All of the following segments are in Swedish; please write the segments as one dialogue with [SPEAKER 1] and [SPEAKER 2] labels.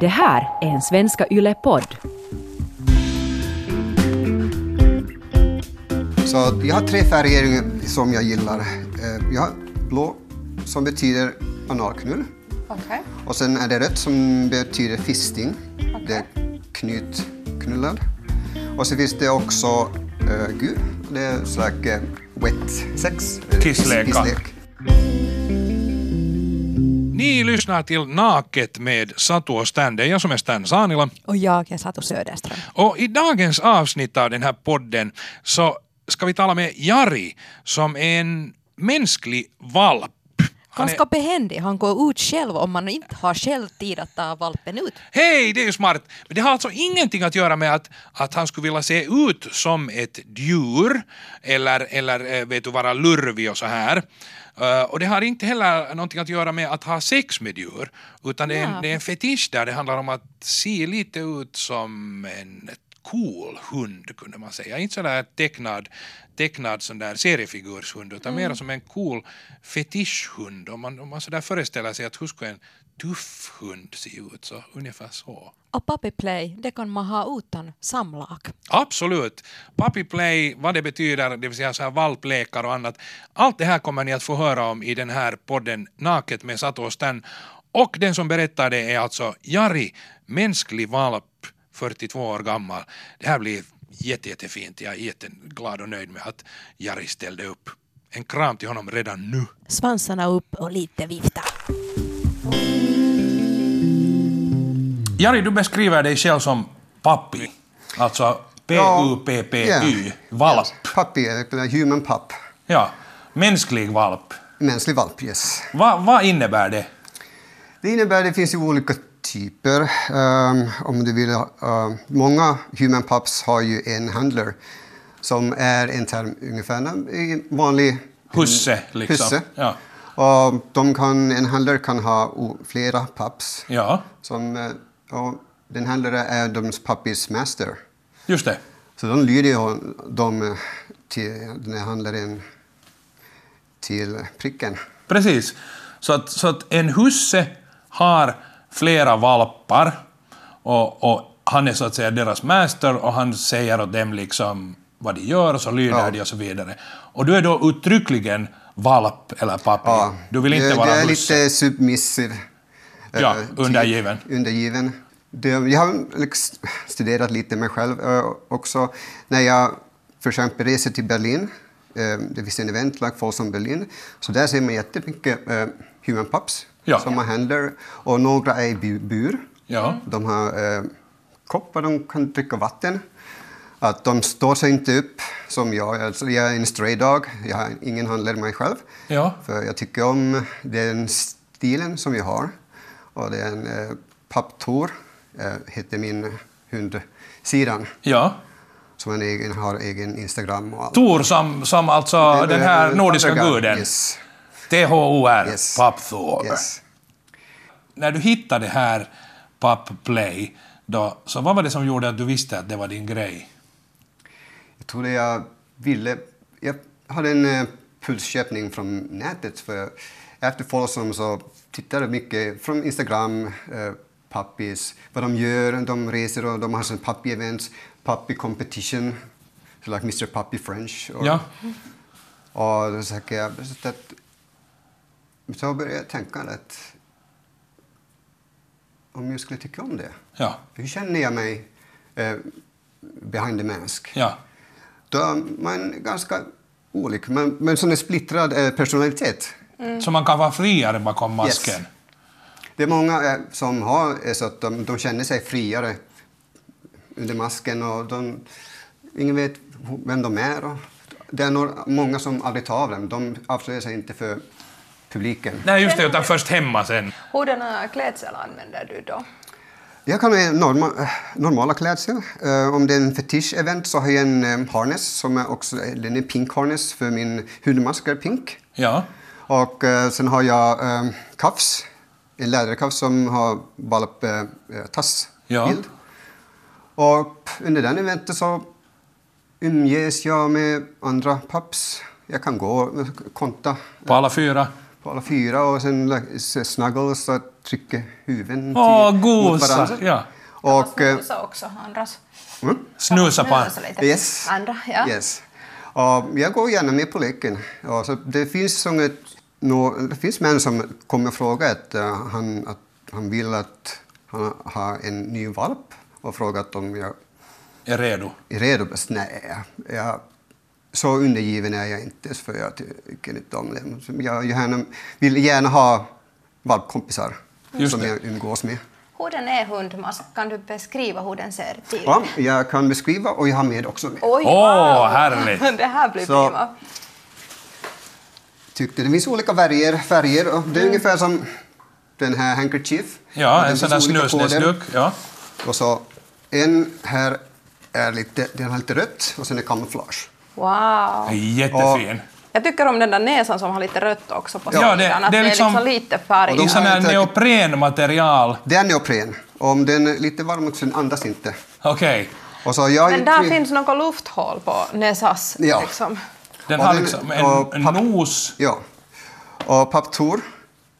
[SPEAKER 1] Det här är en Svenska Yle-podd.
[SPEAKER 2] Så att jag har tre färger som jag gillar. Eh, Jag har blå som betyder analknull
[SPEAKER 3] Okej.
[SPEAKER 2] och sen är det rött som betyder fisting. Det är
[SPEAKER 3] Okej.
[SPEAKER 2] knytknullar. Och så finns det också eh, gul. Det är slags eh, wet sex. eh,
[SPEAKER 4] Kisslekar.
[SPEAKER 2] kiss- kisslek.
[SPEAKER 4] Ni lyssnar till Naket med Satu och Stan. Det är jag som är Stan Saanila.
[SPEAKER 3] Och jag är Satu Söderström.
[SPEAKER 4] Och i dagens avsnitt av den här podden så ska vi tala med Jari som är en mänsklig valp. Han är...
[SPEAKER 3] Ganska behändig. Han går ut själv om man inte har själv tid att ta valpen ut.
[SPEAKER 4] Hej, det är ju smart! Men det har alltså ingenting att göra med att, att han skulle vilja se ut som ett djur eller, eller eh, vet du, vara lurvig och så här. Eh, och det har inte heller någonting att göra med att ha sex med djur utan det är, en, det är en fetisch där det handlar om att se lite ut som en cool hund kunde man säga. Inte sådär tecknad, tecknad sån där seriefigurshund utan mer som en cool fetischhund. Om man, om man sådär föreställer sig att hur skulle en tuff hund se ut så ungefär så.
[SPEAKER 3] Och puppyplay, det kan man ha utan samlag.
[SPEAKER 4] Absolut. Puppy play, vad det betyder, det vill säga så här valplekar och annat. Allt det här kommer ni att få höra om i den här podden Naket med Sato och Stan. Och den som berättar det är alltså Jari, mänsklig valp, 42 år gammal. Det här blir jätte, jättefint. Jag är jätteglad och nöjd med att Jari ställde upp. En kram till honom redan nu.
[SPEAKER 3] Svansarna upp och lite vifta.
[SPEAKER 4] Jari, du beskriver dig själv som pappi. Alltså P-U-P-P-Y,
[SPEAKER 2] Ja.
[SPEAKER 4] valp.
[SPEAKER 2] Pappi, eller human pup.
[SPEAKER 4] Ja, mänsklig valp.
[SPEAKER 2] Mänsklig valp, yes.
[SPEAKER 4] Va, vad innebär det?
[SPEAKER 2] Det innebär att det finns ju olika typer. Ehm, om du vill, ha- ehm, många human pups har ju en handler som är en term ungefär en en vanlig
[SPEAKER 4] Husse, liksom.
[SPEAKER 2] husse.
[SPEAKER 4] Ja.
[SPEAKER 2] Och de kan, en handler kan ha o- flera pups.
[SPEAKER 4] Ja,
[SPEAKER 2] Som, eh, och den handlaren är deras puppys master.
[SPEAKER 4] just det.
[SPEAKER 2] Så de lyder ju hon- dem eh, till den här handlaren till pricken.
[SPEAKER 4] Precis. Så att, så att en husse har flera valpar och, och han är så att säga deras master och han säger åt dem liksom vad de gör och så lyder
[SPEAKER 2] Ja.
[SPEAKER 4] de och så vidare. Och du är då uttryckligen valp eller pappi.
[SPEAKER 2] Ja,
[SPEAKER 4] Du vill inte
[SPEAKER 2] det,
[SPEAKER 4] vara
[SPEAKER 2] det är
[SPEAKER 4] husse.
[SPEAKER 2] lite submissiv. eh,
[SPEAKER 4] Ja,
[SPEAKER 2] typ.
[SPEAKER 4] undergiven.
[SPEAKER 2] Undergiven. Det, jag har liksom studerat lite mig själv eh, också. När jag för exempel reser till Berlin, eh, det finns en event, like Falls on Berlin, så där ser man jättemycket eh, human pups
[SPEAKER 4] Ja.
[SPEAKER 2] som man händer. Och några är i bu- bur.
[SPEAKER 4] Ja.
[SPEAKER 2] De har eh, koppar, de kan dricka vatten. Att de står sig inte upp som jag. Alltså, jag är en stray dog, jag har ingen handlare mig själv.
[SPEAKER 4] Ja.
[SPEAKER 2] För jag tycker om den stilen som jag har. Och den eh, Paptor eh, heter min hund Siran,
[SPEAKER 4] Ja.
[SPEAKER 2] som han egen, har egen Instagram och allt.
[SPEAKER 4] Tor som, som alltså den här nordiska guden.
[SPEAKER 2] Yes.
[SPEAKER 4] T-H-O-R,
[SPEAKER 2] Yes.
[SPEAKER 4] Pappthor.
[SPEAKER 2] yes.
[SPEAKER 4] När du hittade det här Papp Play, då, så vad var det som gjorde att du visste att det var din grej?
[SPEAKER 2] Jag trodde jag ville... Jag hade en eh, pulsköpning från nätet. För efter Folsom så tittade jag mycket från Instagram, eh, pappis, vad de gör, de reser och de har sån pappi-events, pappi competition, så like Mr. Pappy French. Och,
[SPEAKER 4] Ja.
[SPEAKER 2] och då söker jag... Så, att, så började jag tänka att om jag skulle tycka om det,
[SPEAKER 4] Ja.
[SPEAKER 2] hur känner jag mig eh, behind the mask?
[SPEAKER 4] Ja.
[SPEAKER 2] Då är man ganska olik, men, men som en splittrad eh, personalitet.
[SPEAKER 5] Mm.
[SPEAKER 4] Så man kan vara friare bakom masken.
[SPEAKER 2] Yes. Det är många eh, som har eh, så att de, de känner sig friare under masken och de, ingen vet ho- vem de är. Och det är några, många som aldrig tar av dem. De avslöjar sig inte för publiken.
[SPEAKER 4] Nej, just det, utan först hemma sen.
[SPEAKER 5] Hurdana klädsel använder du då?
[SPEAKER 2] Jag kan ha norma, eh, normala klädsel. Eh, om det är en fetisch-event så har jag en eh, harness som är också eh, den är pink harness för min hundmask är pink.
[SPEAKER 4] Ja.
[SPEAKER 2] Och eh, sen har jag eh, kafs, en läderkafs som har valp eh, tass
[SPEAKER 4] Ja.
[SPEAKER 2] bild. Och under den eventet så umges jag med andra paps. Jag kan gå och konta
[SPEAKER 4] På alla fyra.
[SPEAKER 2] på alla fyra och sen like, s- snuggles, att trycker huvuden
[SPEAKER 4] Åh,
[SPEAKER 2] till-
[SPEAKER 4] gosa, ja.
[SPEAKER 2] Och, eh,
[SPEAKER 5] Snusa också andras.
[SPEAKER 2] mm?
[SPEAKER 4] Snusa på
[SPEAKER 5] Snusa lite.
[SPEAKER 2] Yes.
[SPEAKER 5] Andra, ja.
[SPEAKER 2] Yes. Och jag går gärna med på leken. Och så det, finns som ett, nå- det finns män som kommer fråga att, eh, han, att han vill att han har en ny valp och frågat om jag
[SPEAKER 4] Är redo.
[SPEAKER 2] är redo. Bäst, Nej, jag, så undergiven är jag inte för jag tycker inte om det. Jag gärna, vill gärna ha valpkompisar
[SPEAKER 4] Just
[SPEAKER 2] som
[SPEAKER 4] det.
[SPEAKER 2] jag umgås med.
[SPEAKER 5] Hur den är hundmas? Kan du beskriva hur den ser till?
[SPEAKER 2] Ja, jag kan beskriva och jag har med också. Med.
[SPEAKER 5] Oj,
[SPEAKER 4] Åh,
[SPEAKER 5] wow.
[SPEAKER 4] härligt.
[SPEAKER 5] Det här blir
[SPEAKER 2] Så-
[SPEAKER 5] prima.
[SPEAKER 2] tyckte. Det finns olika färger. färger och det är ungefär som den här handkerchief. Och
[SPEAKER 4] Mm. Ja,
[SPEAKER 2] det
[SPEAKER 4] en sån där
[SPEAKER 2] finns olika
[SPEAKER 4] snusnäsduk.
[SPEAKER 2] koder.
[SPEAKER 4] Ja.
[SPEAKER 2] Och så en här är lite, den har lite rött och sen är kamouflage.
[SPEAKER 4] Det är
[SPEAKER 5] Wow.
[SPEAKER 4] Jättefin.
[SPEAKER 5] Jag tycker om den där näsan som har lite rött också på
[SPEAKER 4] Ja,
[SPEAKER 5] sidan.
[SPEAKER 4] det-
[SPEAKER 5] att
[SPEAKER 4] det är
[SPEAKER 5] det är liksom,
[SPEAKER 4] liksom-
[SPEAKER 5] lite färg.
[SPEAKER 2] Och de
[SPEAKER 4] I sån
[SPEAKER 2] har
[SPEAKER 4] här
[SPEAKER 2] inte-
[SPEAKER 4] neoprenmaterial.
[SPEAKER 2] Det är neopren. Om den är lite varm så andas inte.
[SPEAKER 4] Okej.
[SPEAKER 2] Och så jag
[SPEAKER 5] Men där finns något lufthål på näsas.
[SPEAKER 2] Ja.
[SPEAKER 5] Liksom.
[SPEAKER 4] Den
[SPEAKER 2] Och
[SPEAKER 4] har
[SPEAKER 2] den-
[SPEAKER 4] liksom
[SPEAKER 2] och
[SPEAKER 4] en, en
[SPEAKER 2] papp-
[SPEAKER 4] nos.
[SPEAKER 2] Ja. Och Paptor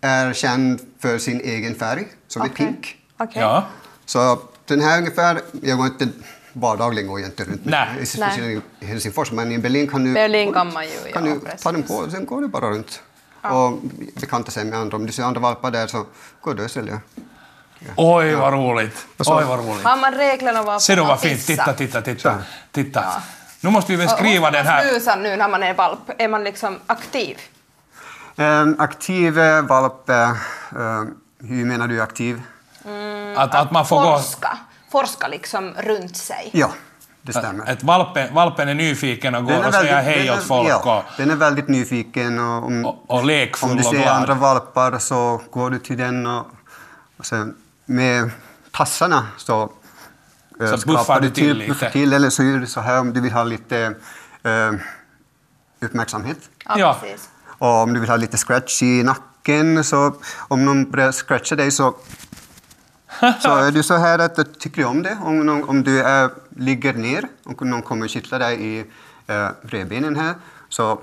[SPEAKER 2] är känd för sin egen färg, som är
[SPEAKER 5] Okej.
[SPEAKER 2] pink.
[SPEAKER 5] Okej.
[SPEAKER 4] Ja.
[SPEAKER 2] Så den här ungefär, jag går inte vardagligen går jag inte runt med-
[SPEAKER 4] Nej.
[SPEAKER 2] speciellt i Helsingfors, men i Berlin kan du,
[SPEAKER 5] Berlin kan man ju,
[SPEAKER 2] kan
[SPEAKER 5] ja,
[SPEAKER 2] du
[SPEAKER 5] precis.
[SPEAKER 2] ta den på och sen går du bara runt. Och bekanta sig med andra. Om du ser andra valpar där så går du och säljer.
[SPEAKER 4] Oj, vad roligt.
[SPEAKER 2] så-
[SPEAKER 4] Oj, vad roligt.
[SPEAKER 5] Har man reglerna varför
[SPEAKER 4] Se då
[SPEAKER 5] man
[SPEAKER 4] vad fint.
[SPEAKER 5] pissar?
[SPEAKER 4] Titta, titta, titta. titta. Nu måste vi beskriva
[SPEAKER 5] Och
[SPEAKER 4] den
[SPEAKER 5] Måste
[SPEAKER 4] här.
[SPEAKER 5] man snusa nu när man är valp? Är man liksom aktiv?
[SPEAKER 2] Um, aktiv eh, valp, eh, ehm, hur menar du aktiv?
[SPEAKER 4] Att, att man får gå...
[SPEAKER 5] Forska. Forska liksom runt sig.
[SPEAKER 2] Ja, det stämmer.
[SPEAKER 4] Att valpen, valpen är nyfiken och går och säger hej
[SPEAKER 2] den
[SPEAKER 4] åt
[SPEAKER 2] är,
[SPEAKER 4] folk
[SPEAKER 2] ja,
[SPEAKER 4] och,
[SPEAKER 2] den är väldigt nyfiken och om,
[SPEAKER 4] och, och
[SPEAKER 2] om
[SPEAKER 4] lekfull
[SPEAKER 2] du
[SPEAKER 4] och
[SPEAKER 2] ser andra
[SPEAKER 4] glad.
[SPEAKER 2] valpar så går du till den och, och sen med tassarna så, eh,
[SPEAKER 4] Så
[SPEAKER 2] skrapar
[SPEAKER 4] buffar du till
[SPEAKER 2] buffar
[SPEAKER 4] lite.
[SPEAKER 2] till eller så gör du så här om du vill ha lite eh, uppmärksamhet.
[SPEAKER 4] Ja.
[SPEAKER 5] precis.
[SPEAKER 2] Och om du vill ha lite scratch i nacken så om någon börjar scratcha dig så så är du så här att att tycker du om det? Om, någon- om du är, ligger ner och någon kommer kittla dig i eh, revbenen här så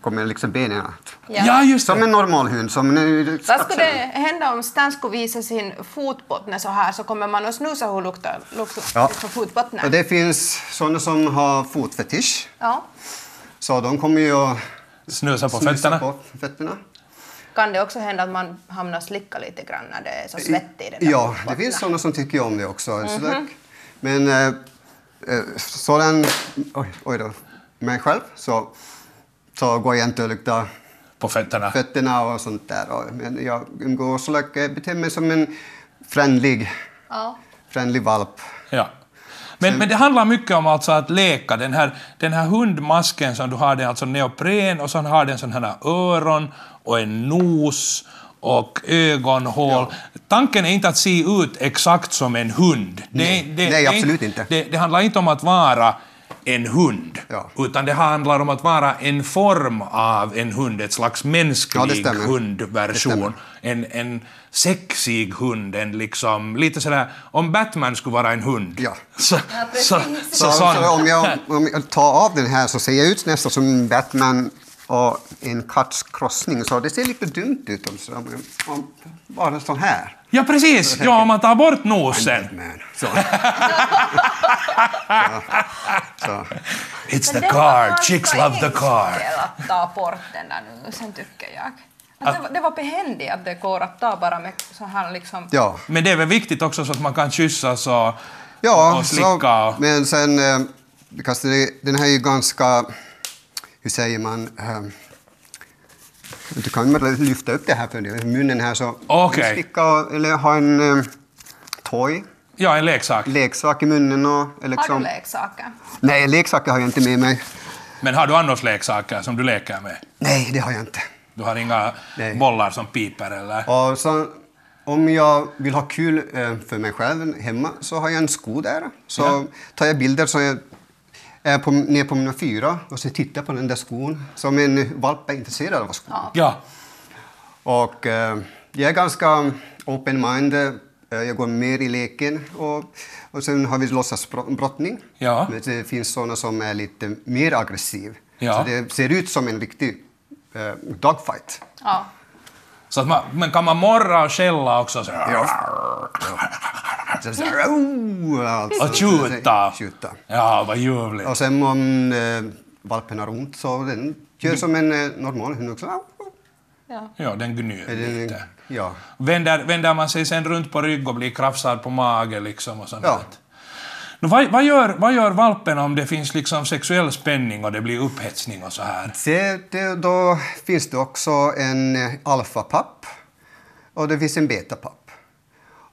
[SPEAKER 2] kommer liksom benen att...
[SPEAKER 5] Ja.
[SPEAKER 4] Ja, just
[SPEAKER 2] Som
[SPEAKER 4] det.
[SPEAKER 2] en normal hund. Som en,
[SPEAKER 5] Vad skulle hända om Stan skulle visa sin fotbotten så här så kommer man att snusa hur luktar luktar
[SPEAKER 2] Ja.
[SPEAKER 5] liksom fotbotten?
[SPEAKER 2] Och det finns sådana som har fotfetisch.
[SPEAKER 5] Ja.
[SPEAKER 2] Så de kommer ju att
[SPEAKER 4] Snusa på
[SPEAKER 2] snusa
[SPEAKER 4] fötterna.
[SPEAKER 2] på fötterna.
[SPEAKER 5] Kan det också hända att man hamnar slicka lite grann när det är så svettigt i den där Mhm.
[SPEAKER 2] Ja, det
[SPEAKER 5] fotbotten?
[SPEAKER 2] finns sådana som tycker om det också. Så där- Men eh, eh, sådan... Oj, oj då. Mig själv så, så går jag inte och luktar
[SPEAKER 4] På fötterna.
[SPEAKER 2] fötterna och sånt där. Och- Men jag umgås och like, beter mig som en friendlig,
[SPEAKER 5] Ja.
[SPEAKER 2] friendly valp.
[SPEAKER 4] Ja. Men, men det handlar mycket om alltså att leka. Den här, den här hundmasken som du har, den är alltså neopren och så har den sådana här öron och en nos och ögonhål. Tanken är inte att se ut exakt som en hund. Det,
[SPEAKER 2] Nej. Nej,
[SPEAKER 4] det- det är
[SPEAKER 2] absolut inte.
[SPEAKER 4] Det, det handlar inte om att vara en hund,
[SPEAKER 2] Ja.
[SPEAKER 4] utan det handlar om att vara en form av en hund, ett slags mänsklig
[SPEAKER 2] stämmer.
[SPEAKER 4] hundversion. En, en sexig hund, en liksom, lite sådär, om Batman skulle vara en hund.
[SPEAKER 2] Ja.
[SPEAKER 4] Så,
[SPEAKER 5] precis.
[SPEAKER 4] så, så,
[SPEAKER 2] Så,
[SPEAKER 4] sån.
[SPEAKER 2] så om, jag, om jag tar av den här så ser jag ut nästan som Batman och en katts krossning. Så det ser lite dumt ut om, så- om, om bara sån här.
[SPEAKER 4] Ja, precis. Ja, om man tar bort nosen.
[SPEAKER 2] Batman. Så. så, så.
[SPEAKER 4] It's the
[SPEAKER 5] Men det var
[SPEAKER 4] car,
[SPEAKER 5] ganska
[SPEAKER 4] chicks love the car.
[SPEAKER 5] enkelt Att ta bort den där nu, sen tycker jag. Att det, var, det var behändigt att det går att ta bara med så här liksom.
[SPEAKER 2] Ja.
[SPEAKER 4] Men det är väl viktigt också så att man kan kyssas och,
[SPEAKER 2] Ja,
[SPEAKER 4] och slicka.
[SPEAKER 2] så,
[SPEAKER 4] Och,
[SPEAKER 2] men sen... eh, Because det, den här är ju ganska... Hur säger man? eh, du kan ju bara lyfta upp det här för dig. munnen här så...
[SPEAKER 4] Okej.
[SPEAKER 2] Slicka eller ha en um, toy,
[SPEAKER 4] ja, en leksak.
[SPEAKER 2] leksak i munnen och... eller
[SPEAKER 5] Har
[SPEAKER 2] Liksom,
[SPEAKER 5] du leksaker?
[SPEAKER 2] Nej, leksaker har jag inte med mig.
[SPEAKER 4] Men har du annars leksaker som du leker med?
[SPEAKER 2] Nej, det har jag inte.
[SPEAKER 4] Du har inga
[SPEAKER 2] Nej.
[SPEAKER 4] bollar som piper eller?
[SPEAKER 2] Och så, om jag vill ha kul eh, för mig själv hemma så har jag en sko där. Så
[SPEAKER 4] Ja.
[SPEAKER 2] tar jag bilder så jag är på, ner på mina fyra och så tittar jag på den där skon. Som en valp är intresserad av skon.
[SPEAKER 4] Ja.
[SPEAKER 2] Och eh, jag är ganska open-minded. Eh, Jag går mer i leken. Och, och sen har vi låtsasbrottning.
[SPEAKER 4] Ja.
[SPEAKER 2] Men det finns sådana som är lite mer aggressiv.
[SPEAKER 4] Ja.
[SPEAKER 2] Så det ser ut som en riktig eh, dogfight.
[SPEAKER 5] Ja.
[SPEAKER 4] Så att man, men kan man morra och skälla också? Så här,
[SPEAKER 2] Så, så, oh, alltså,
[SPEAKER 4] och tjuta.
[SPEAKER 2] Tjuta.
[SPEAKER 4] Ja, vad ljuvligt.
[SPEAKER 2] Och sen om eh, valpen har ont så den
[SPEAKER 4] Mm.
[SPEAKER 2] gör som en eh, normal hund också. Au, au.
[SPEAKER 5] Ja.
[SPEAKER 4] Ja, den gnyr
[SPEAKER 2] Är det en-
[SPEAKER 4] lite.
[SPEAKER 2] ja.
[SPEAKER 4] Vänder, vänder man sig sen runt på rygg och blir krafsad på magen liksom och sånt.
[SPEAKER 2] Ja.
[SPEAKER 4] Nå, vad, vad, gör, vad gör valpen om det finns liksom sexuell spänning och det blir upphetsning och så här?
[SPEAKER 2] Det, det, då finns det också en eh, alfapapp och det finns en betapapp.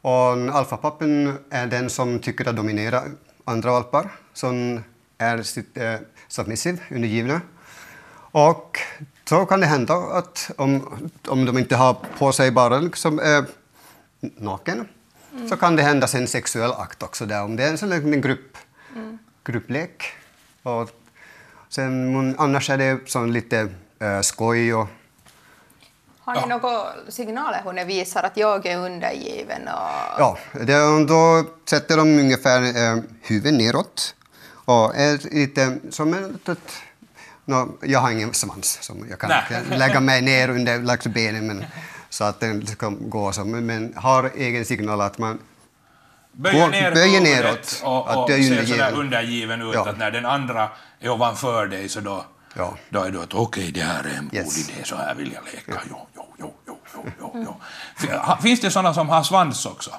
[SPEAKER 2] Och en alfapappen är den som tycker att dominera andra valpar, som är sitt, eh, submissiv, undergivna. Och så kan det hända att om, om de inte har på sig bara liksom, eh, naken så kan det hända en sexuell akt också där, om det är en sån liten grupp, grupplek. Och sen, men annars är det sån lite eh, skoj och
[SPEAKER 5] Har ni några signaler hur ni visar att jag är undergiven? Och...
[SPEAKER 2] Ja, det, då sätter de ungefär eh, huvudet neråt. Och är lite som ett, ett, nå, jag har ingen svans, som jag kan
[SPEAKER 4] Nej.
[SPEAKER 2] inte lägga mig ner under längs benen men, så att den ska gå som, men har egen signal att man... Går- böjer
[SPEAKER 4] huvudet
[SPEAKER 2] neråt.
[SPEAKER 4] och, och
[SPEAKER 2] Att det är
[SPEAKER 4] ser
[SPEAKER 2] undergiven.
[SPEAKER 4] sådär undergiven ut.
[SPEAKER 2] Ja.
[SPEAKER 4] Att när den andra är ovanför dig så då,
[SPEAKER 2] Ja.
[SPEAKER 4] då är du att okej, det här är en
[SPEAKER 2] Yes.
[SPEAKER 4] god idé, så här vill jag leka. Jo, jo, jo, jo, jo, jo, jo. Fin- ha- Finns det sådana som har svans också?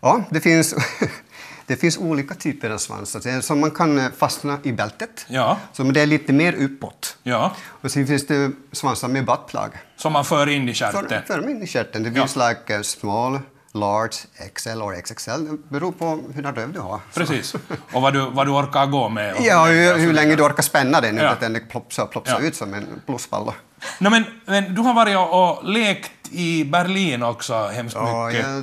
[SPEAKER 2] Ja, det finns, det finns olika typer av svansar Det är som man kan eh, fastna i bältet.
[SPEAKER 4] Ja.
[SPEAKER 2] Så det är lite mer uppåt.
[SPEAKER 4] Ja.
[SPEAKER 2] Och sen finns det svansar med buttplug.
[SPEAKER 4] Som man för in i
[SPEAKER 2] För,
[SPEAKER 4] stjärten?
[SPEAKER 2] för minishjärten. Det
[SPEAKER 4] Ja.
[SPEAKER 2] finns like eh, small, large, XL och XXL. Det beror på hur röv du har.
[SPEAKER 4] Precis. Och vad du, vad du orkar gå med. och-
[SPEAKER 2] Ja, hur, hur länge du orkar spänna den utan
[SPEAKER 4] alltså Ja.
[SPEAKER 2] att den plopsar, plopsar
[SPEAKER 4] Ja.
[SPEAKER 2] ut som en plusvalla.
[SPEAKER 4] No, men, men du har varit och, och lekt i Berlin också hemskt
[SPEAKER 2] Ja, jag
[SPEAKER 4] mycket.
[SPEAKER 2] har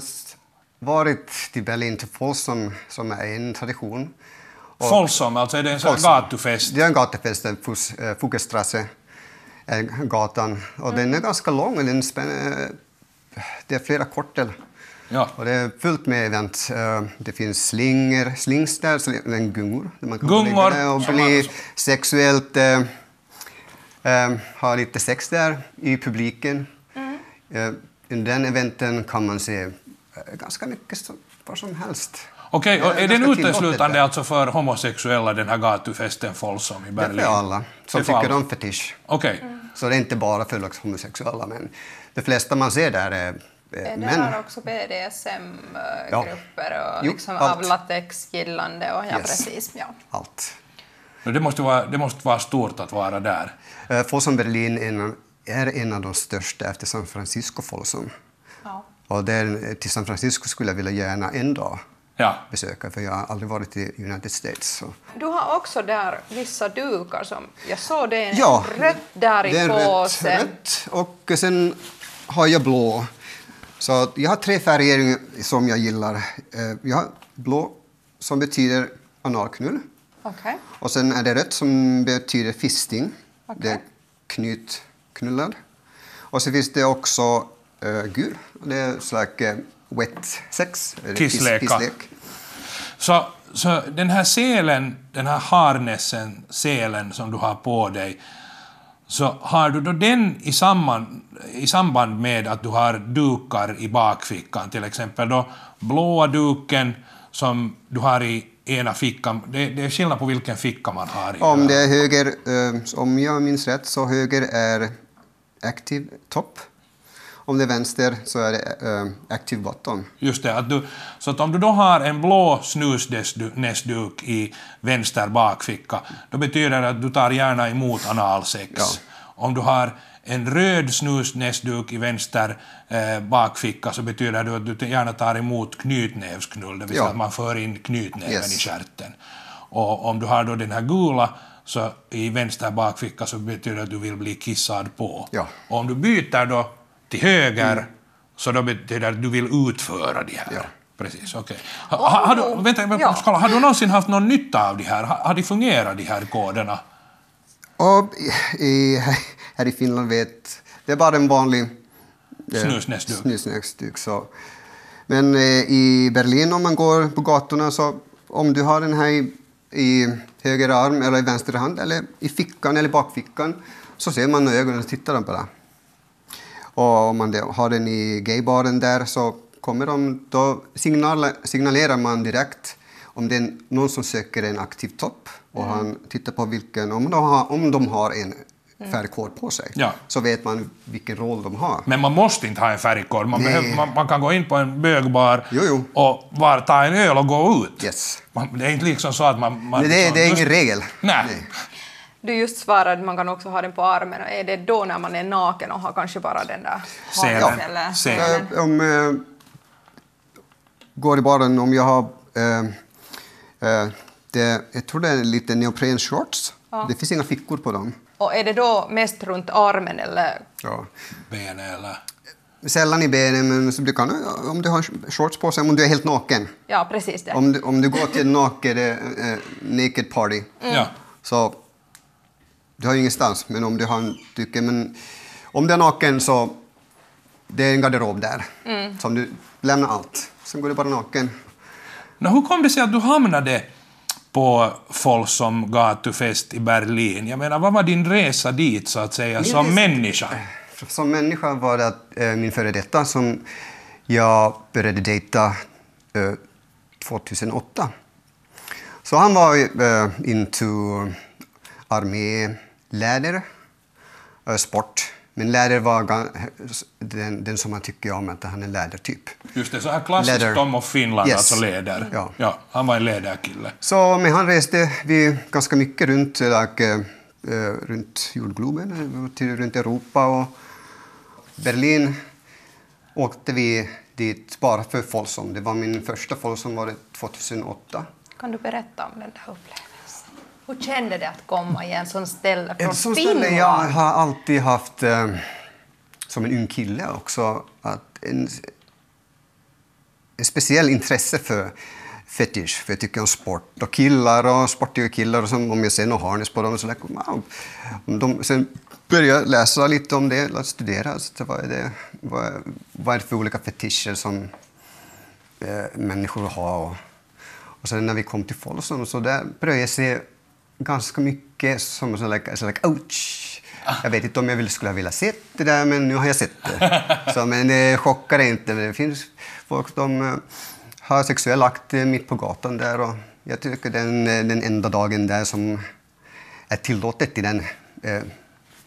[SPEAKER 2] varit till Berlin till Folsom som är en tradition.
[SPEAKER 4] Folsom, alltså är det en sån här
[SPEAKER 2] Folsom.
[SPEAKER 4] gatufest?
[SPEAKER 2] Det är en gatufest, en Fus- eh, Fuggestrasse, eh, gatan. Och
[SPEAKER 4] Mm.
[SPEAKER 2] den är ganska lång. och Den spänner, eh, det är flera kortel.
[SPEAKER 4] Ja.
[SPEAKER 2] Och det är fullt med event. Eh, Det finns slinger, slings där, så det är en gungor. där Man kan
[SPEAKER 4] Gungor,
[SPEAKER 2] ligga där och
[SPEAKER 4] som
[SPEAKER 2] bli
[SPEAKER 4] man-
[SPEAKER 2] sexuellt... Eh, eh, ha lite sex där i publiken. Eh, I den eventen kan man se eh, ganska mycket så, vad som helst.
[SPEAKER 4] Okej, och
[SPEAKER 2] Det
[SPEAKER 4] är den
[SPEAKER 2] ganska tillåtet
[SPEAKER 4] uteslutande
[SPEAKER 2] där.
[SPEAKER 4] alltså för homosexuella, den här gatufesten Folsom
[SPEAKER 2] Det
[SPEAKER 4] i
[SPEAKER 2] är
[SPEAKER 4] Berlin?
[SPEAKER 2] för alla som
[SPEAKER 4] Det är för
[SPEAKER 2] tycker
[SPEAKER 4] alla.
[SPEAKER 2] om fetisch.
[SPEAKER 4] Okej.
[SPEAKER 2] Så det är inte bara för liksom homosexuella, men de flesta man ser där är, är
[SPEAKER 5] Är det
[SPEAKER 2] män.
[SPEAKER 5] här också
[SPEAKER 2] Ja.
[SPEAKER 5] BDSM-grupper och
[SPEAKER 2] Jo,
[SPEAKER 5] liksom
[SPEAKER 2] allt.
[SPEAKER 5] av latexgillande? Och, ja,
[SPEAKER 2] Yes.
[SPEAKER 5] precis. Ja.
[SPEAKER 2] Allt.
[SPEAKER 4] No, Det, måste vara, det måste vara stort att vara där.
[SPEAKER 2] Eh, Folsom Berlin är en, av- är en av de största efter San Francisco Folsom.
[SPEAKER 5] Ja.
[SPEAKER 2] Och där, eh, till San Francisco skulle jag vilja gärna en dag
[SPEAKER 4] Ja.
[SPEAKER 2] besöka, för jag har aldrig varit i United States. Så.
[SPEAKER 5] Du har också där vissa dukar som... Jag såg det är en
[SPEAKER 2] Ja,
[SPEAKER 5] rött där
[SPEAKER 2] det är
[SPEAKER 5] i
[SPEAKER 2] rött-
[SPEAKER 5] påsen.
[SPEAKER 2] rött. Och sen har jag blå. Så att jag har tre färger som jag gillar. Eh, Jag har blå, som betyder analknull.
[SPEAKER 5] Okej.
[SPEAKER 2] Och sen är det rött som betyder fisting.
[SPEAKER 5] Okej.
[SPEAKER 2] Det är knyt, knullad. Och så finns det också eh, gul. Det är slags eh, wet sex. eller kiss-
[SPEAKER 4] Kissleka.
[SPEAKER 2] kisslek.
[SPEAKER 4] Så, så den här selen, den här harnessen, selen som du har på dig, så har du då den i, samman, i samband med att du har dukar i bakfickan, till exempel då blåa duken som du har i ena fickan, det, det är skillnad på vilken ficka man har i.
[SPEAKER 2] Om det är höger, eh, om jag minns rätt, så höger är active top. Om det är vänster så är det eh, active bottom.
[SPEAKER 4] Just det, att du, så att om du då har en blå snusnäsduk i vänster bakficka, då betyder det att du tar gärna emot analsex.
[SPEAKER 2] Ja.
[SPEAKER 4] Om du har en röd snusnäsduk i vänster eh, bakficka så betyder det att du gärna tar emot knytnävsknull, det vill säga
[SPEAKER 2] Ja.
[SPEAKER 4] att man för in knytnäven
[SPEAKER 2] Yes.
[SPEAKER 4] i stjärten. Och om du har då den här gula så i vänster bakficka så betyder det att du vill bli kissad på.
[SPEAKER 2] Ja. Mm.
[SPEAKER 4] Och om du byter då till höger så då betyder det att du vill utföra de här.
[SPEAKER 2] Ja.
[SPEAKER 4] Precis, okej. Ha, ha, har, du- vänta, jag måste kolla. har du någonsin haft någon nytta av de här? Har, har de fungerat, de här koderna?
[SPEAKER 2] Och i- i, här i Finland vet det är bara en vanlig eh,
[SPEAKER 4] Snusnäsduk.
[SPEAKER 2] snusnäsduk, så. Men eh, i Berlin om man går på gatorna så om du har den här i, i höger arm eller i vänster hand eller i fickan eller bakfickan så ser man när ögonen och tittar de på det. Och om man de- har den i gaybaren där så kommer de, då signal, signalerar man direkt om det är någon som söker en aktiv topp och han tittar på vilken, om de har, om de har en färgkod på sig
[SPEAKER 4] Ja.
[SPEAKER 2] så vet man vilken roll de har.
[SPEAKER 4] Men man måste inte ha en färgkorg. Man,
[SPEAKER 2] Nej.
[SPEAKER 4] behöver, man, man kan gå in på en bögbar
[SPEAKER 2] Jo, jo.
[SPEAKER 4] och bara ta en öl och gå ut.
[SPEAKER 2] Yes.
[SPEAKER 4] Man, det är inte liksom så att man... man
[SPEAKER 2] Nej, det, är- det är
[SPEAKER 4] just-
[SPEAKER 2] ingen regel.
[SPEAKER 4] Nej.
[SPEAKER 5] Du just svarade att man kan också ha den på armen. Och Är det då när man är naken och har kanske bara den där
[SPEAKER 4] Selen.
[SPEAKER 5] halsen eller
[SPEAKER 4] Selen.
[SPEAKER 5] selen?
[SPEAKER 2] Eh, om eh, går i baren, om jag har... Eh, eh, det, jag tror det är lite neoprenshorts. Det finns inga fickor på dem.
[SPEAKER 5] Och är det då mest runt armen eller
[SPEAKER 2] Ja.
[SPEAKER 4] Ben eller...
[SPEAKER 2] Sällan i benen, men så du kan, eh, om du har shorts på sig, om du är helt naken.
[SPEAKER 5] ja, precis det.
[SPEAKER 2] Om du, om du går till en naked, eh, eh, naked party,
[SPEAKER 4] Ja.
[SPEAKER 2] så du har ju ingenstans. Men om du har en tycker, men om du är naken så det är en garderob där. Som du lämnar allt. Sen går du bara naken.
[SPEAKER 4] Nå, hur kom det sig att du hamnade på Folsom gatufest i Berlin? Jag menar, vad var din resa dit så att säga, som
[SPEAKER 2] resa-
[SPEAKER 4] människa?
[SPEAKER 2] Som människa var det att, eh, min före detta som jag började dejta eh, 2008. Så han var eh, into armé, läder, eh, sport. Men läder var ga- den, den som man tycker om, att han är lädertyp.
[SPEAKER 4] Just det, så här klassiskt
[SPEAKER 2] Leather.
[SPEAKER 4] Tom of Finland,
[SPEAKER 2] Yes.
[SPEAKER 4] alltså läder.
[SPEAKER 2] Ja.
[SPEAKER 4] han var en läderkille.
[SPEAKER 2] Så men han reste vi ganska mycket runt, like, eh, runt jordgloben, eh, till, runt Europa och Berlin åkte vi dit bara för Folsom. Det var min första Folsom var det 2008.
[SPEAKER 5] Kan du berätta om den där upplevelsen? Hur kände det att komma i en sån ställe från
[SPEAKER 2] Ett sånt
[SPEAKER 5] Finland?
[SPEAKER 2] ställe jag har alltid haft, eh, som en ung kille också, att en, en speciell intresse för fetisch, för jag tycker om sport och killar och sportiga killar. Och som, om jag ser något harness på dem så like, wow. Om de, Sen började jag läsa lite om det, att studera. Så det, vad, är det, vad, vad är det för olika fetischer som eh, människor har? Och, och sen när vi kom till Folsom så där började jag se ganska mycket som så like, så like, ouch. Jag vet inte om jag vill, skulle ha velat se det där, men nu har jag sett det. Så, men det chockar inte. Det finns folk som eh, har sexuell akt eh, mitt på gatan där och jag tycker den, eh, den enda dagen där som är tillåtet i den eh,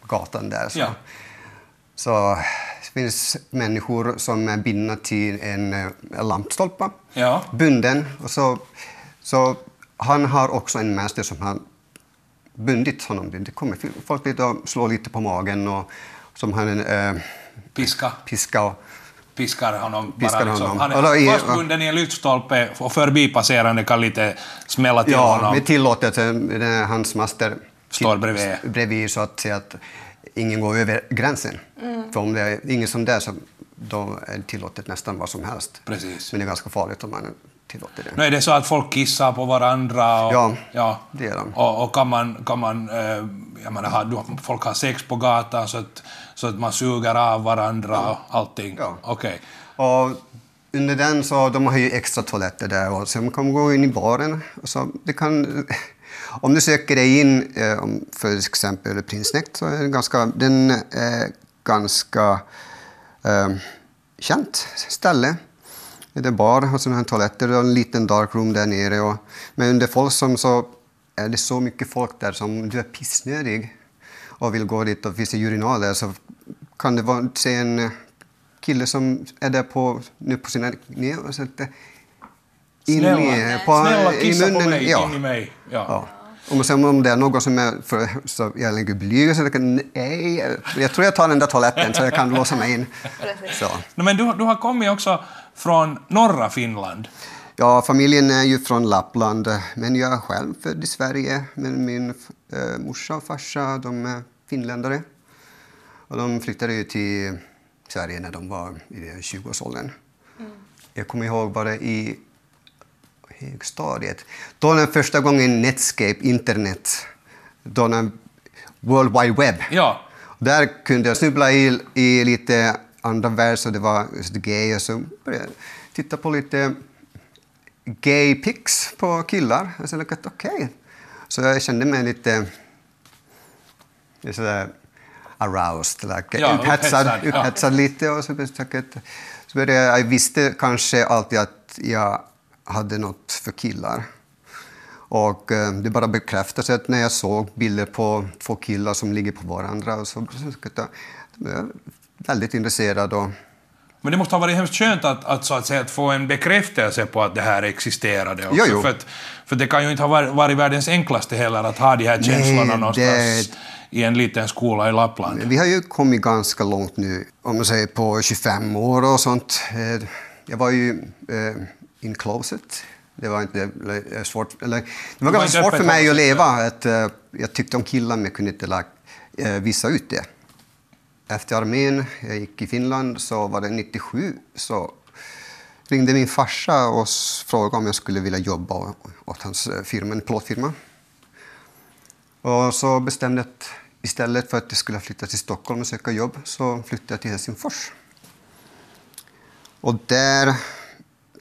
[SPEAKER 2] gatan där. Så.
[SPEAKER 4] Ja.
[SPEAKER 2] så det finns människor som är bundna till en eh, lampstolpe
[SPEAKER 4] Ja.
[SPEAKER 2] bunden. Och så, så han har också en master som har bundit honom. Det kommer folk lite och slår lite på magen och som han eh,
[SPEAKER 4] Piska.
[SPEAKER 2] piskar. Och,
[SPEAKER 4] Piskar honom.
[SPEAKER 2] Piskar
[SPEAKER 4] bara, liksom.
[SPEAKER 2] honom.
[SPEAKER 4] Han är
[SPEAKER 2] Eller i-
[SPEAKER 4] fastbunden i en lyktstolpe och förbipasserande kan lite smälla till
[SPEAKER 2] ja,
[SPEAKER 4] honom.
[SPEAKER 2] med tillåtelse. Den här- Hans master
[SPEAKER 4] Står bredvid.
[SPEAKER 2] bredvid så att, säga att ingen går över gränsen. För om det är ingen som där så då är det tillåtet nästan vad som helst.
[SPEAKER 4] Precis.
[SPEAKER 2] Men det är ganska farligt om man tillåter det.
[SPEAKER 4] Nu är det så att folk kissar på varandra och,
[SPEAKER 2] Ja, det är de.
[SPEAKER 4] och, och kan man, kan man eh, jag menar, har, du, folk har sex på gatan så att, så att man suger av varandra och allting.
[SPEAKER 2] Ja.
[SPEAKER 4] Okej.
[SPEAKER 2] Och under den så, de har ju extra toaletter där och sen kan man gå in i baren. Och så det kan, om du söker dig in, eh, om- för exempel prinsnäkt, så är den ganska, den är ganska eh, känt ställe. Det är bar och sådana här toaletter och en liten darkroom där nere. Och, men under Folsom så är det så mycket folk där som du är pissnödig och vill gå dit och finns det urinal där så kan det vara, se en eh, kille som är där på, nu på sina knän och sätter in
[SPEAKER 4] Snälla,
[SPEAKER 2] i, på,
[SPEAKER 4] snälla
[SPEAKER 2] i
[SPEAKER 4] kissa
[SPEAKER 2] munnen.
[SPEAKER 4] på mig,
[SPEAKER 2] ja.
[SPEAKER 4] in i mig. Ja.
[SPEAKER 2] Ja. Om, sen, om det är någon som är för, så jag är lite blyg så jag kan, nej, jag tror jag tar den där toaletten så jag kan låsa mig in.
[SPEAKER 5] Precis.
[SPEAKER 2] Så.
[SPEAKER 4] No, men du, du har kommit också från norra Finland.
[SPEAKER 2] Ja, familjen är ju från Lappland, men jag är själv född i Sverige. Men min eh, morsa och farsa, de är finländare. Och de flyttade ju till Sverige när de var i 20-årsåldern. Jag kommer ihåg bara i högstadiet. Då den första gången Netscape, internet, då den World Wide Web.
[SPEAKER 4] Ja.
[SPEAKER 2] Där kunde jag snubbla i, i lite andra vers och det var just gay och så började jag titta på lite gay pics på killar. Och så tänkte jag okej. Så jag kände mig lite sådär aroused, like
[SPEAKER 4] Ja,
[SPEAKER 2] upphetsad,
[SPEAKER 4] upphetsad, ja.
[SPEAKER 2] upphetsad lite. Och så, försöker- så började jag, jag visste kanske alltid att jag hade något för killar. Och eh, det bara bekräftades att när jag såg bilder på två killar som ligger på varandra och så, så, så, så blev jag väldigt intresserad. Och,
[SPEAKER 4] Men det måste ha varit hemskt skönt att, att, så att, säga, att få en bekräftelse på att det här existerade. Också.
[SPEAKER 2] Jo, jo.
[SPEAKER 4] För, att, för det kan ju inte ha varit, varit världens enklaste heller att ha de här känslorna
[SPEAKER 2] det-
[SPEAKER 4] någonstans i en liten skola i Lappland.
[SPEAKER 2] Vi har ju kommit ganska långt nu, om man säger på 25 år och sånt. Eh, Jag var ju eh, in closet. Det var inte eller, eh, svårt, eller, det var
[SPEAKER 4] var
[SPEAKER 2] ganska
[SPEAKER 4] inte
[SPEAKER 2] svårt för
[SPEAKER 4] öppet
[SPEAKER 2] mig att
[SPEAKER 4] closet,
[SPEAKER 2] leva. Att, eh, jag tyckte om killar, men jag kunde inte like, eh, visa ut det. Efter armén, jag gick i Finland, så var det 97, så ringde min farsa och s- frågade om jag skulle vilja jobba åt hans eh, firma, en plåtfirma. Och så bestämde jag att istället för att jag skulle flytta till Stockholm och söka jobb så flyttade jag till Helsingfors. Och där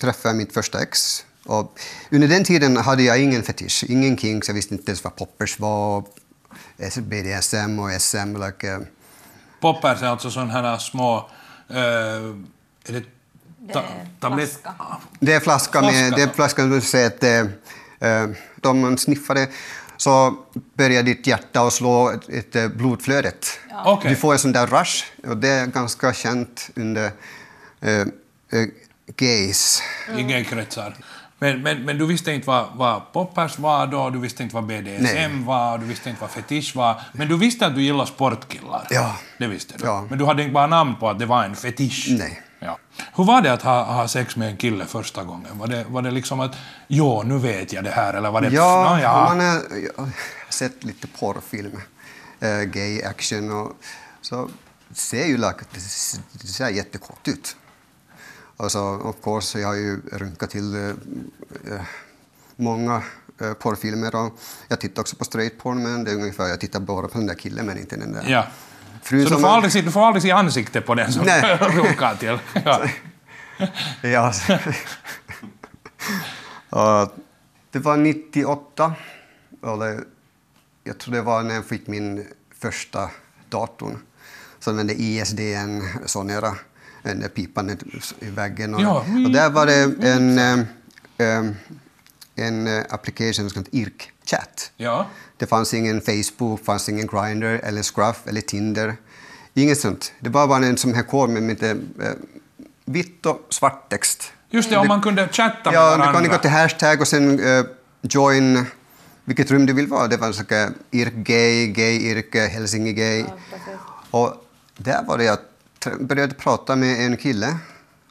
[SPEAKER 2] träffade jag mitt första ex. Och under den tiden hade jag ingen fetisch, ingen kinks. Jag visste inte ens vad poppers var, BDSM och SM. Like, eh,
[SPEAKER 4] Poppers är alltså sådana här små... eh, är det ta,
[SPEAKER 5] Det är
[SPEAKER 4] tablett...
[SPEAKER 5] flaska.
[SPEAKER 2] Det är flaska med,
[SPEAKER 4] Flaska.
[SPEAKER 2] det är flaska du säger att eh, eh, de man sniffar det så börjar ditt hjärta att slå ett, ett eh, blodflödet.
[SPEAKER 4] Okej.
[SPEAKER 2] Du får en sån där rush och det är ganska känt under eh, eh, gays.
[SPEAKER 4] Ingen kretsar. Men, men, men du visste inte vad, vad poppers var då, du visste inte vad BDSM
[SPEAKER 2] Nej.
[SPEAKER 4] var, du visste inte vad fetisch var. Men du visste att du gillade sportkillar.
[SPEAKER 2] Ja.
[SPEAKER 4] Det visste du.
[SPEAKER 2] Ja.
[SPEAKER 4] Men du hade inte bara namn på att det var en fetisch.
[SPEAKER 2] Nej.
[SPEAKER 4] Ja. Hur var det att ha, ha sex med en kille första gången? Var det, var det liksom att jo, nu vet jag det här, eller var det
[SPEAKER 2] Ja,
[SPEAKER 4] "Nå, ja.
[SPEAKER 2] man har jag har sett lite porrfilm, eh, gay action och så ser ju like, det s- det ser jättekort ut. Och så, of course, jag har ju runkat till eh, eh, många eh, porrfilmer och jag tittar också på straight porn men det är ungefär, jag tittar bara på den där killen men inte den där
[SPEAKER 4] ja.
[SPEAKER 2] frun
[SPEAKER 4] Så du
[SPEAKER 2] som-
[SPEAKER 4] får, aldrig se, du får aldrig se ansiktet på den som
[SPEAKER 2] Nej.
[SPEAKER 4] runkar till. Ja.
[SPEAKER 2] Ja. Ja, det var 98. Eller, jag tror det var när jag fick min första datorn. Så använde ISDN Sonera, den där pipan i- i väggen. Och,
[SPEAKER 4] Ja.
[SPEAKER 2] och där var det en, en, en eh, application som hette IRC Chat.
[SPEAKER 4] ja.
[SPEAKER 2] Det fanns ingen Facebook, fanns ingen Grindr eller Scruff eller Tinder. Inget sånt. Det var bara en som här kom med lite eh, vitt och svart text.
[SPEAKER 4] Just det, om man kunde chatta med
[SPEAKER 2] Ja,
[SPEAKER 4] varandra.
[SPEAKER 2] du kan gå till hashtag och sen eh, join vilket rum du vill vara. Det var så här irk-gay, gay-irke, Helsinge-gay. och där var det jag tr- började prata med en kille.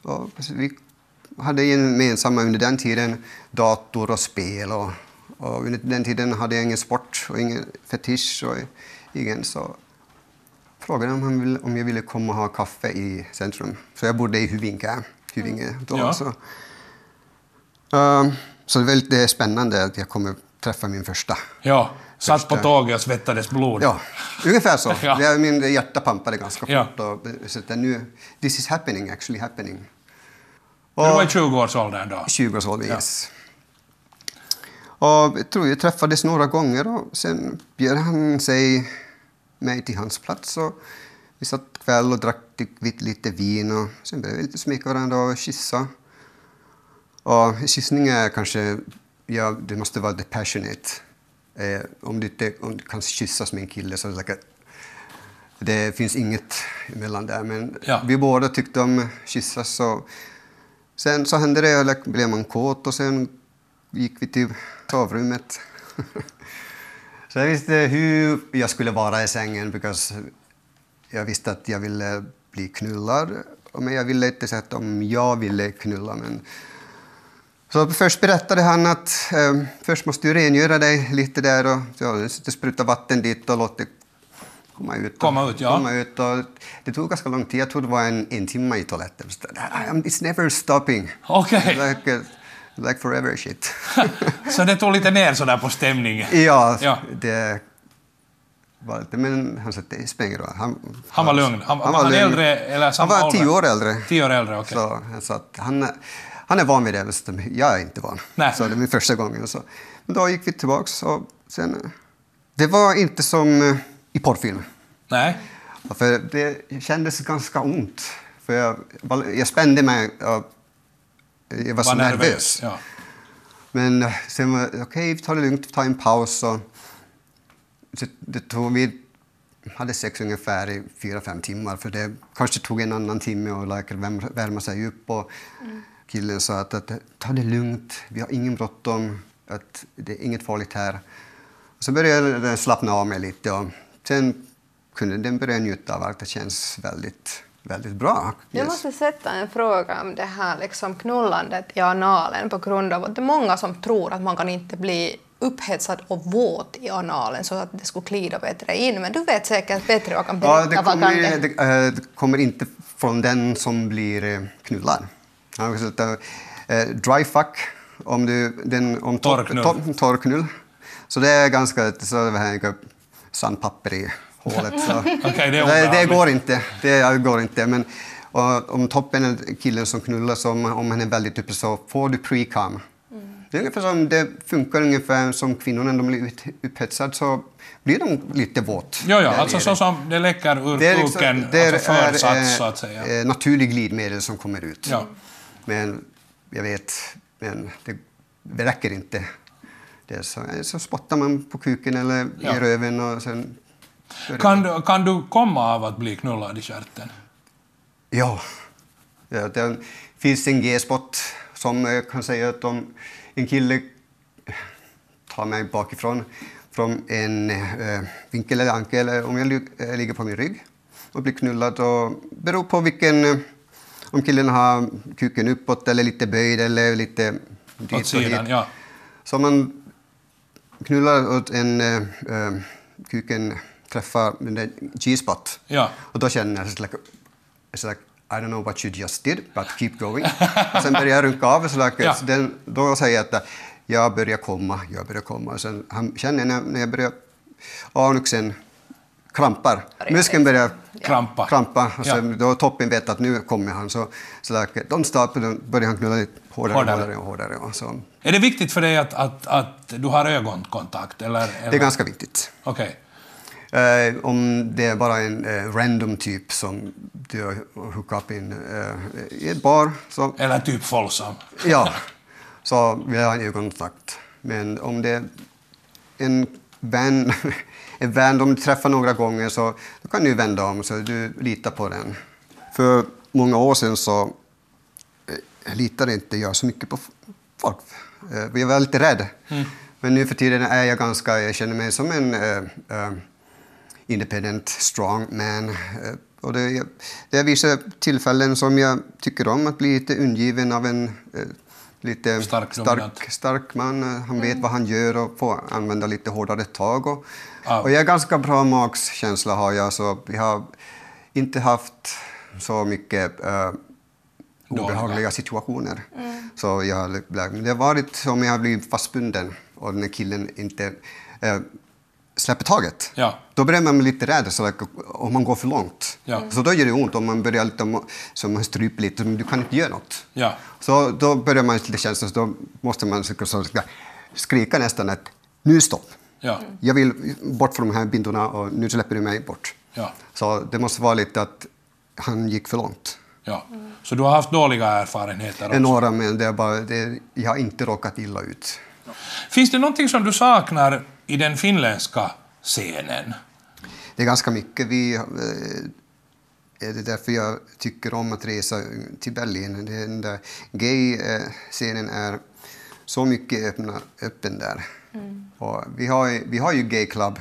[SPEAKER 2] Och vi hade gemensamma under den tiden dator och spel. Och, och under den tiden hade jag ingen sport och ingen fetisch. Och ingen, så frågade om, han ville, om jag ville komma och ha kaffe i centrum. Så jag bodde i Hyvinkä, Hyvinge då.
[SPEAKER 4] Mm. Ja.
[SPEAKER 2] Så. Ehm, så det är väldigt eh, spännande att jag kommer träffa min första.
[SPEAKER 4] Ja, satt på tåget och svettades blod.
[SPEAKER 2] Ja, ungefär så.
[SPEAKER 4] Ja.
[SPEAKER 2] Det- Min hjärta pumpade ganska
[SPEAKER 4] Ja.
[SPEAKER 2] fort. Och, eh, så att det nu, this is happening, actually happening.
[SPEAKER 4] Du var i 20-årsåldern då?
[SPEAKER 2] 20-årsåldern, yes. Och jag tror jag träffades några gånger och sen bjöd han sig mig till hans plats. Och vi satt kväll och drack lite- lite vin och sen började vi lite smeka varandra och kyssa. Och kyssning är kanske, ja, det måste vara the passionate. Eh, om, du inte, om du kan kyssas med en kille så är det säkert, det finns inget emellan där. Men
[SPEAKER 4] Ja.
[SPEAKER 2] vi båda tyckte om kyssas. Så sen så hände det, eller blev man kåt och sen gick vi till sovrummet. så jag visste hur jag skulle vara i sängen, because jag visste att jag ville bli knullad. Men jag ville inte säga att om jag ville knulla, men så först berättade han att eh, först måste du rengöra dig lite där och ja, spruta vatten dit och låt det komma ut. Och,
[SPEAKER 4] Komma ut, ja.
[SPEAKER 2] Komma ut och, det tog ganska lång tid, jag tror det var en, en timme i toaletten. Så, "Ah, "I'm- It's never stopping.
[SPEAKER 4] Okej.
[SPEAKER 2] Like, eh, like forever shit.
[SPEAKER 4] Så det tog lite ner sådär på stämningen.
[SPEAKER 2] ja,
[SPEAKER 4] Ja.
[SPEAKER 2] det var lite, men han sa att det spelar ingen roll. Han,
[SPEAKER 4] Han var lugn. Han, han var han
[SPEAKER 2] lugn.
[SPEAKER 4] äldre eller samma
[SPEAKER 2] Han var tio
[SPEAKER 4] ålder?
[SPEAKER 2] år äldre.
[SPEAKER 4] Tio år äldre, okej.
[SPEAKER 2] Så han sa att han, han är van vid det, men så jag är inte van.
[SPEAKER 4] Nej.
[SPEAKER 2] Så det var min första gången. Så. Men då gick vi tillbaka och sen... Det var inte som eh, i porrfilm.
[SPEAKER 4] Nej.
[SPEAKER 2] För det kändes ganska ont. För jag, jag spände mig. Och jag var, så Alltså, nervös.
[SPEAKER 4] Ja.
[SPEAKER 2] Men eh, sen var okej, vi tar det lugnt, vi tar en paus. Och det, det tog, vi hade sex ungefär i fyra, fem timmar. För det kanske tog en annan timme att läkaren värm- värma sig upp. Och killen sa att, att ta det lugnt, vi har ingen bråttom, att det är inget farligt här. Så började den slappna av mig lite och sen kunde den börja njuta av allt. Det känns väldigt, väldigt bra.
[SPEAKER 5] Jag måste sätta en fråga om det här liksom knullandet i analen på grund av att det är många som tror att man kan inte bli upphetsad och våt i analen så att det skulle klida bättre in. Men du vet säkert bättre och kan berätta
[SPEAKER 2] Ja, det
[SPEAKER 5] vad kan det...
[SPEAKER 2] kommer, det, eh, det kommer inte från den som blir eh, knullad. Han har sagt, eh, dry fuck, om du... Den, om tor-
[SPEAKER 4] Torrknull.
[SPEAKER 2] tor- Torrknull. Så det är ganska... Så det här är sandpapper i hålet. Så.
[SPEAKER 4] Okej, det är
[SPEAKER 2] det, det
[SPEAKER 4] obehagligt.
[SPEAKER 2] går inte. Det går inte. Men och, om toppen är killen som knullar, så om, om han är väldigt uppe så får du pre-cum. Det, är ungefär som, det funkar ungefär som kvinnorna, när de blir ut- upphetsade så blir de lite våt.
[SPEAKER 4] Jo, jo,
[SPEAKER 2] där
[SPEAKER 4] alltså
[SPEAKER 2] nere.
[SPEAKER 4] så som det läcker ur
[SPEAKER 2] Det är, liksom,
[SPEAKER 4] kuken,
[SPEAKER 2] det
[SPEAKER 4] alltså
[SPEAKER 2] är,
[SPEAKER 4] försats
[SPEAKER 2] eh,
[SPEAKER 4] så att säga.
[SPEAKER 2] eh, naturligt glidmedel som kommer ut.
[SPEAKER 4] Ja.
[SPEAKER 2] Men jag vet, men det, det räcker inte. Det är så, så spottar man på kuken eller
[SPEAKER 4] Ja.
[SPEAKER 2] i röven och sen...
[SPEAKER 4] Kan, du- kan du komma av att bli knullad i stjärten?
[SPEAKER 2] Ja. ja det finns en G-spot som eh, kan säga att om en kille tar mig bakifrån från en eh, vinkel eller ankel, eller om jag lig- eh, ligger på min rygg och blir knullad. Och beror på vilken, eh, om killen har kuken uppåt eller lite böjd eller lite dit
[SPEAKER 4] Åt sidan, ja.
[SPEAKER 2] så om man knullar åt en eh, eh, kuken träffar den där G-spot.
[SPEAKER 4] Ja.
[SPEAKER 2] Och då känner jag, it's like, it's like, I don't know what you just did, but keep going. Och sen börjar jag runka av. Så like,
[SPEAKER 4] Ja.
[SPEAKER 2] så den, då säger jag att jag börjar komma, jag börjar komma. Och sen han känner när, när jag börjar, anuxen krampar. Muskeln börjar
[SPEAKER 4] Krampa.
[SPEAKER 2] krampa. Och
[SPEAKER 4] Ja.
[SPEAKER 2] sen, då toppen vet att nu kommer han. Så, så like, don't stop, och då börjar han knulla lite hårdare,
[SPEAKER 4] Hårdare.
[SPEAKER 2] hårdare. hårdare och hårdare. Och så,
[SPEAKER 4] Är det viktigt för dig att, att, att du har ögonkontakt? Eller, eller?
[SPEAKER 2] det är ganska viktigt.
[SPEAKER 4] Okej.
[SPEAKER 2] Eh, om det är bara en eh, random typ som du har hookat in eh, i ett bar, så
[SPEAKER 4] Eller typ folksam.
[SPEAKER 2] ja, så vill jag ha en ögonkontakt. Men om det är en vän, en vän de träffar några gånger så då kan du vända om så du litar på den. För många år sedan så eh, litade inte jag så mycket på f- folk. Eh, Jag var lite rädd.
[SPEAKER 4] Mm.
[SPEAKER 2] Men nu för tiden är jag ganska, jag känner mig som en eh, eh, independent, strong man. Eh, Och det, det är vissa tillfällen som jag tycker om att bli lite undgiven av en eh, lite
[SPEAKER 4] Stark, dominant. Mm.
[SPEAKER 2] stark stark man. eh, Han vet vad han gör och får använda lite hårdare tag. Och,
[SPEAKER 4] Ja.
[SPEAKER 2] och jag är ganska bra magkänsla har jag, så vi har inte haft så mycket eh, obehagliga situationer.
[SPEAKER 4] Mm.
[SPEAKER 2] Så jag har lärt mig. Det har varit som jag har blivit fastbunden och den här killen inte eh, släpper taget.
[SPEAKER 4] Ja.
[SPEAKER 2] Då börjar man bli lite rädd så like, om man går för långt.
[SPEAKER 4] Ja.
[SPEAKER 2] Så då gör det ont om man börjar lite, må- så man stryper lite, men du kan inte göra något.
[SPEAKER 4] Ja.
[SPEAKER 2] Så då börjar man lite känna, så då måste man så- så- skrika nästan att nu stopp.
[SPEAKER 4] Ja.
[SPEAKER 2] Jag vill bort från de här bindorna och nu släpper du mig bort.
[SPEAKER 4] Ja.
[SPEAKER 2] Så det måste vara lite att han gick för långt.
[SPEAKER 4] ja. Så du har haft dåliga erfarenheter? också.
[SPEAKER 2] Enorma, men det är bara, det, jag har inte råkat illa ut.
[SPEAKER 4] Finns det någonting som du saknar i den finländska scenen?
[SPEAKER 2] Det är ganska mycket. Vi, eh, är det är därför jag tycker om att resa till Berlin. Den där gay-scenen är så mycket öppna, öppen där. Och vi, har, ju- vi har ju gay-club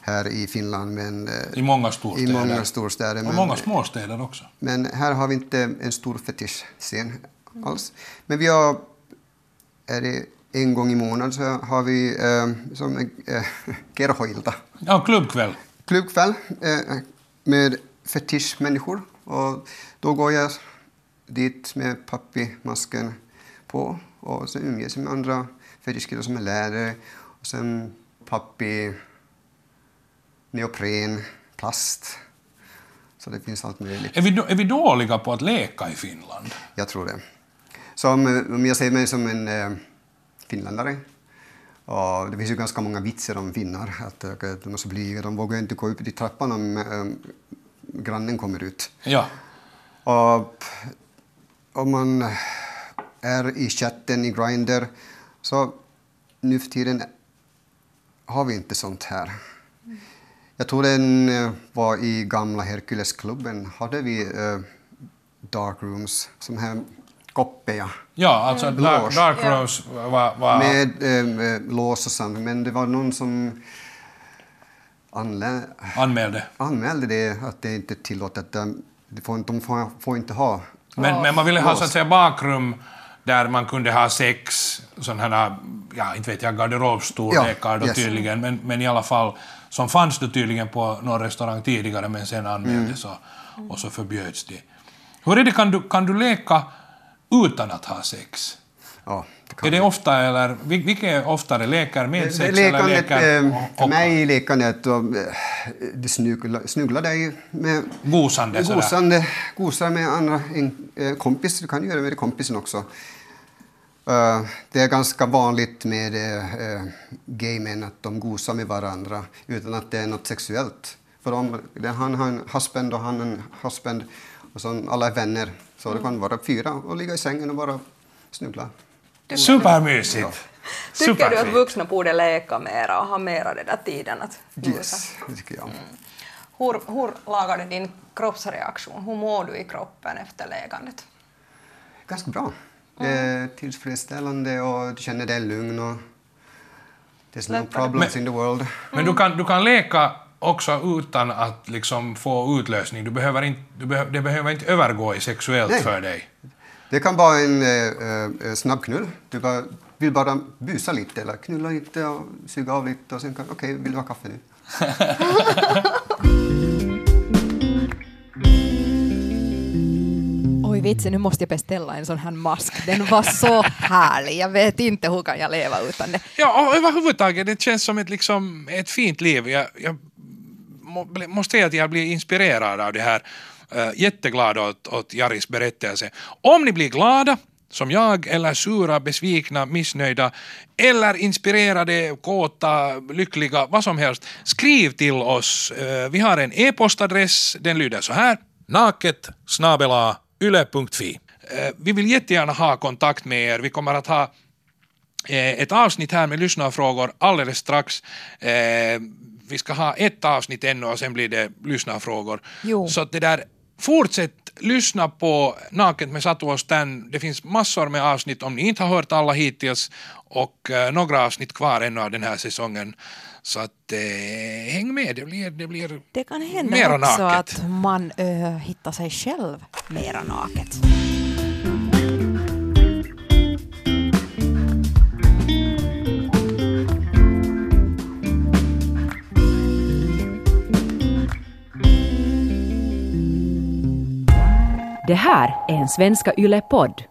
[SPEAKER 2] här i Finland, men eh,
[SPEAKER 4] I många storstäder?
[SPEAKER 2] I många storstäder,
[SPEAKER 4] Och
[SPEAKER 2] men-
[SPEAKER 4] många småstäder också.
[SPEAKER 2] men här har vi inte en stor fetischscen alls. Men vi har, är det en gång i månaden, så har vi eh, som eh, Gerhoilta.
[SPEAKER 4] Ja, klubbkväll.
[SPEAKER 2] klubbkväll eh, med fetischmänniskor. Och då går jag dit med pappi-masken på och så umgås jag med andra fetischkillar som är lärare. Och sen pappi, neopren, plast. Så det finns allt möjligt.
[SPEAKER 4] Är vi, då- är vi dåliga på att leka i Finland?
[SPEAKER 2] Jag tror det. Som, eh, om jag ser mig som en eh, finländare, och Och det finns ju ganska många vitser om finnar. Att eh, de är så blyga, de vågar inte gå upp i trappan om eh, grannen kommer ut.
[SPEAKER 4] Ja.
[SPEAKER 2] Och om man är i chatten i Grindr så nu för tiden har vi inte sånt här. Jag tror den eh, var i gamla Herkulesklubben. Hade vi eh, dark rooms, som här koppeja
[SPEAKER 4] Ja, alltså Dark,
[SPEAKER 2] Lars.
[SPEAKER 4] dark Rose var... var
[SPEAKER 2] med eh, lås och sånt. Men det var någon som anlä-
[SPEAKER 4] anmälde.
[SPEAKER 2] anmälde det att det inte är tillåtet. De de får, de får, får inte ha
[SPEAKER 4] Men, men man ville ha
[SPEAKER 2] Lås.
[SPEAKER 4] så att säga bakrum där man kunde ha sex sådana här, ja inte vet jag, garderobsstorlekar
[SPEAKER 2] Ja,
[SPEAKER 4] då
[SPEAKER 2] yes.
[SPEAKER 4] tydligen, men, men i alla fall som fanns då tydligen på någon restaurang tidigare men sen anmäldes
[SPEAKER 2] Mm.
[SPEAKER 4] och, och så förbjöds det. Hur är det, kan du, kan du leka utan att ha sex?
[SPEAKER 2] Ja, det
[SPEAKER 4] Är
[SPEAKER 2] kan
[SPEAKER 4] det ofta eller, vil- vilket är oftare, lekar med sex eller
[SPEAKER 2] Eh, Lekandet,
[SPEAKER 4] lekar
[SPEAKER 2] eh,
[SPEAKER 4] och,
[SPEAKER 2] för
[SPEAKER 4] och
[SPEAKER 2] mig är lekandet och eh, du snugglar, snugglar dig med
[SPEAKER 4] gosande sådär?
[SPEAKER 2] gosande, gosar med andra en, eh, kompis. Du kan ju göra det med kompisen också. Eh, det är ganska vanligt med eh, eh, gay män att de gosar med varandra utan att det är något sexuellt. För om det är han har en husband och han en husband och så alla är vänner. Så det kan vara fyra och ligga i sängen och bara snuggla.
[SPEAKER 4] Supermysigt!
[SPEAKER 6] Tycker du att
[SPEAKER 4] Superfint.
[SPEAKER 6] vuxna borde leka mera och ha mera den där tiden att gosa?
[SPEAKER 2] Yes, det tycker jag.
[SPEAKER 5] Hur, hur lagar du din kroppsreaktion? Hur mår du i kroppen efter legandet?
[SPEAKER 2] ganska bra. Eh, tillfredsställande och du känner dig lugn. Och there's no problems in the world.
[SPEAKER 4] Men du kan, du kan leka också utan att liksom få utlösning. Du behöver inte, du behö, det behöver inte övergå i sexuellt
[SPEAKER 2] Nej.
[SPEAKER 4] för dig.
[SPEAKER 2] Det kan vara en eh, eh, snabb knull. Du bara, vill bara busa lite eller knulla lite och suga av lite och sen kan, okej, vill du ha kaffe nu?
[SPEAKER 3] Oj vitsen, nu måste jag beställa en sån här mask. Den var så härlig. Jag vet inte hur kan jag leva utan det.
[SPEAKER 4] Ja, och överhuvudtaget, det känns som ett, liksom, ett fint liv. Jag, jag må- ble- måste säga att jag blir inspirerad av det här. Eh, jätteglad åt, åt Jaris berättelse. Om ni blir glada, som jag, eller sura, besvikna, missnöjda, eller inspirerade, kåta, lyckliga, vad som helst, skriv till oss. Eh, vi har en e-postadress, den lyder så här. Naket snabela yle.fi. Eh, vi vill jättegärna ha kontakt med er. Vi kommer att ha eh, ett avsnitt här med lyssnarfrågor alldeles strax. Eh, vi ska ha ett avsnitt ännu och sen blir det lyssnarfrågor.
[SPEAKER 3] Jo.
[SPEAKER 4] Så att det där, fortsätt lyssna på Naket med Satu och Stan. Det finns massor med avsnitt om ni inte har hört alla hittills och eh, några avsnitt kvar ännu av den här säsongen. Så att eh, häng med, det blir, det blir
[SPEAKER 3] Det kan hända
[SPEAKER 4] mera
[SPEAKER 3] också
[SPEAKER 4] naket.
[SPEAKER 3] att man ö, hittar sig själv mera naket.
[SPEAKER 1] Det här är en Svenska Yle-podd.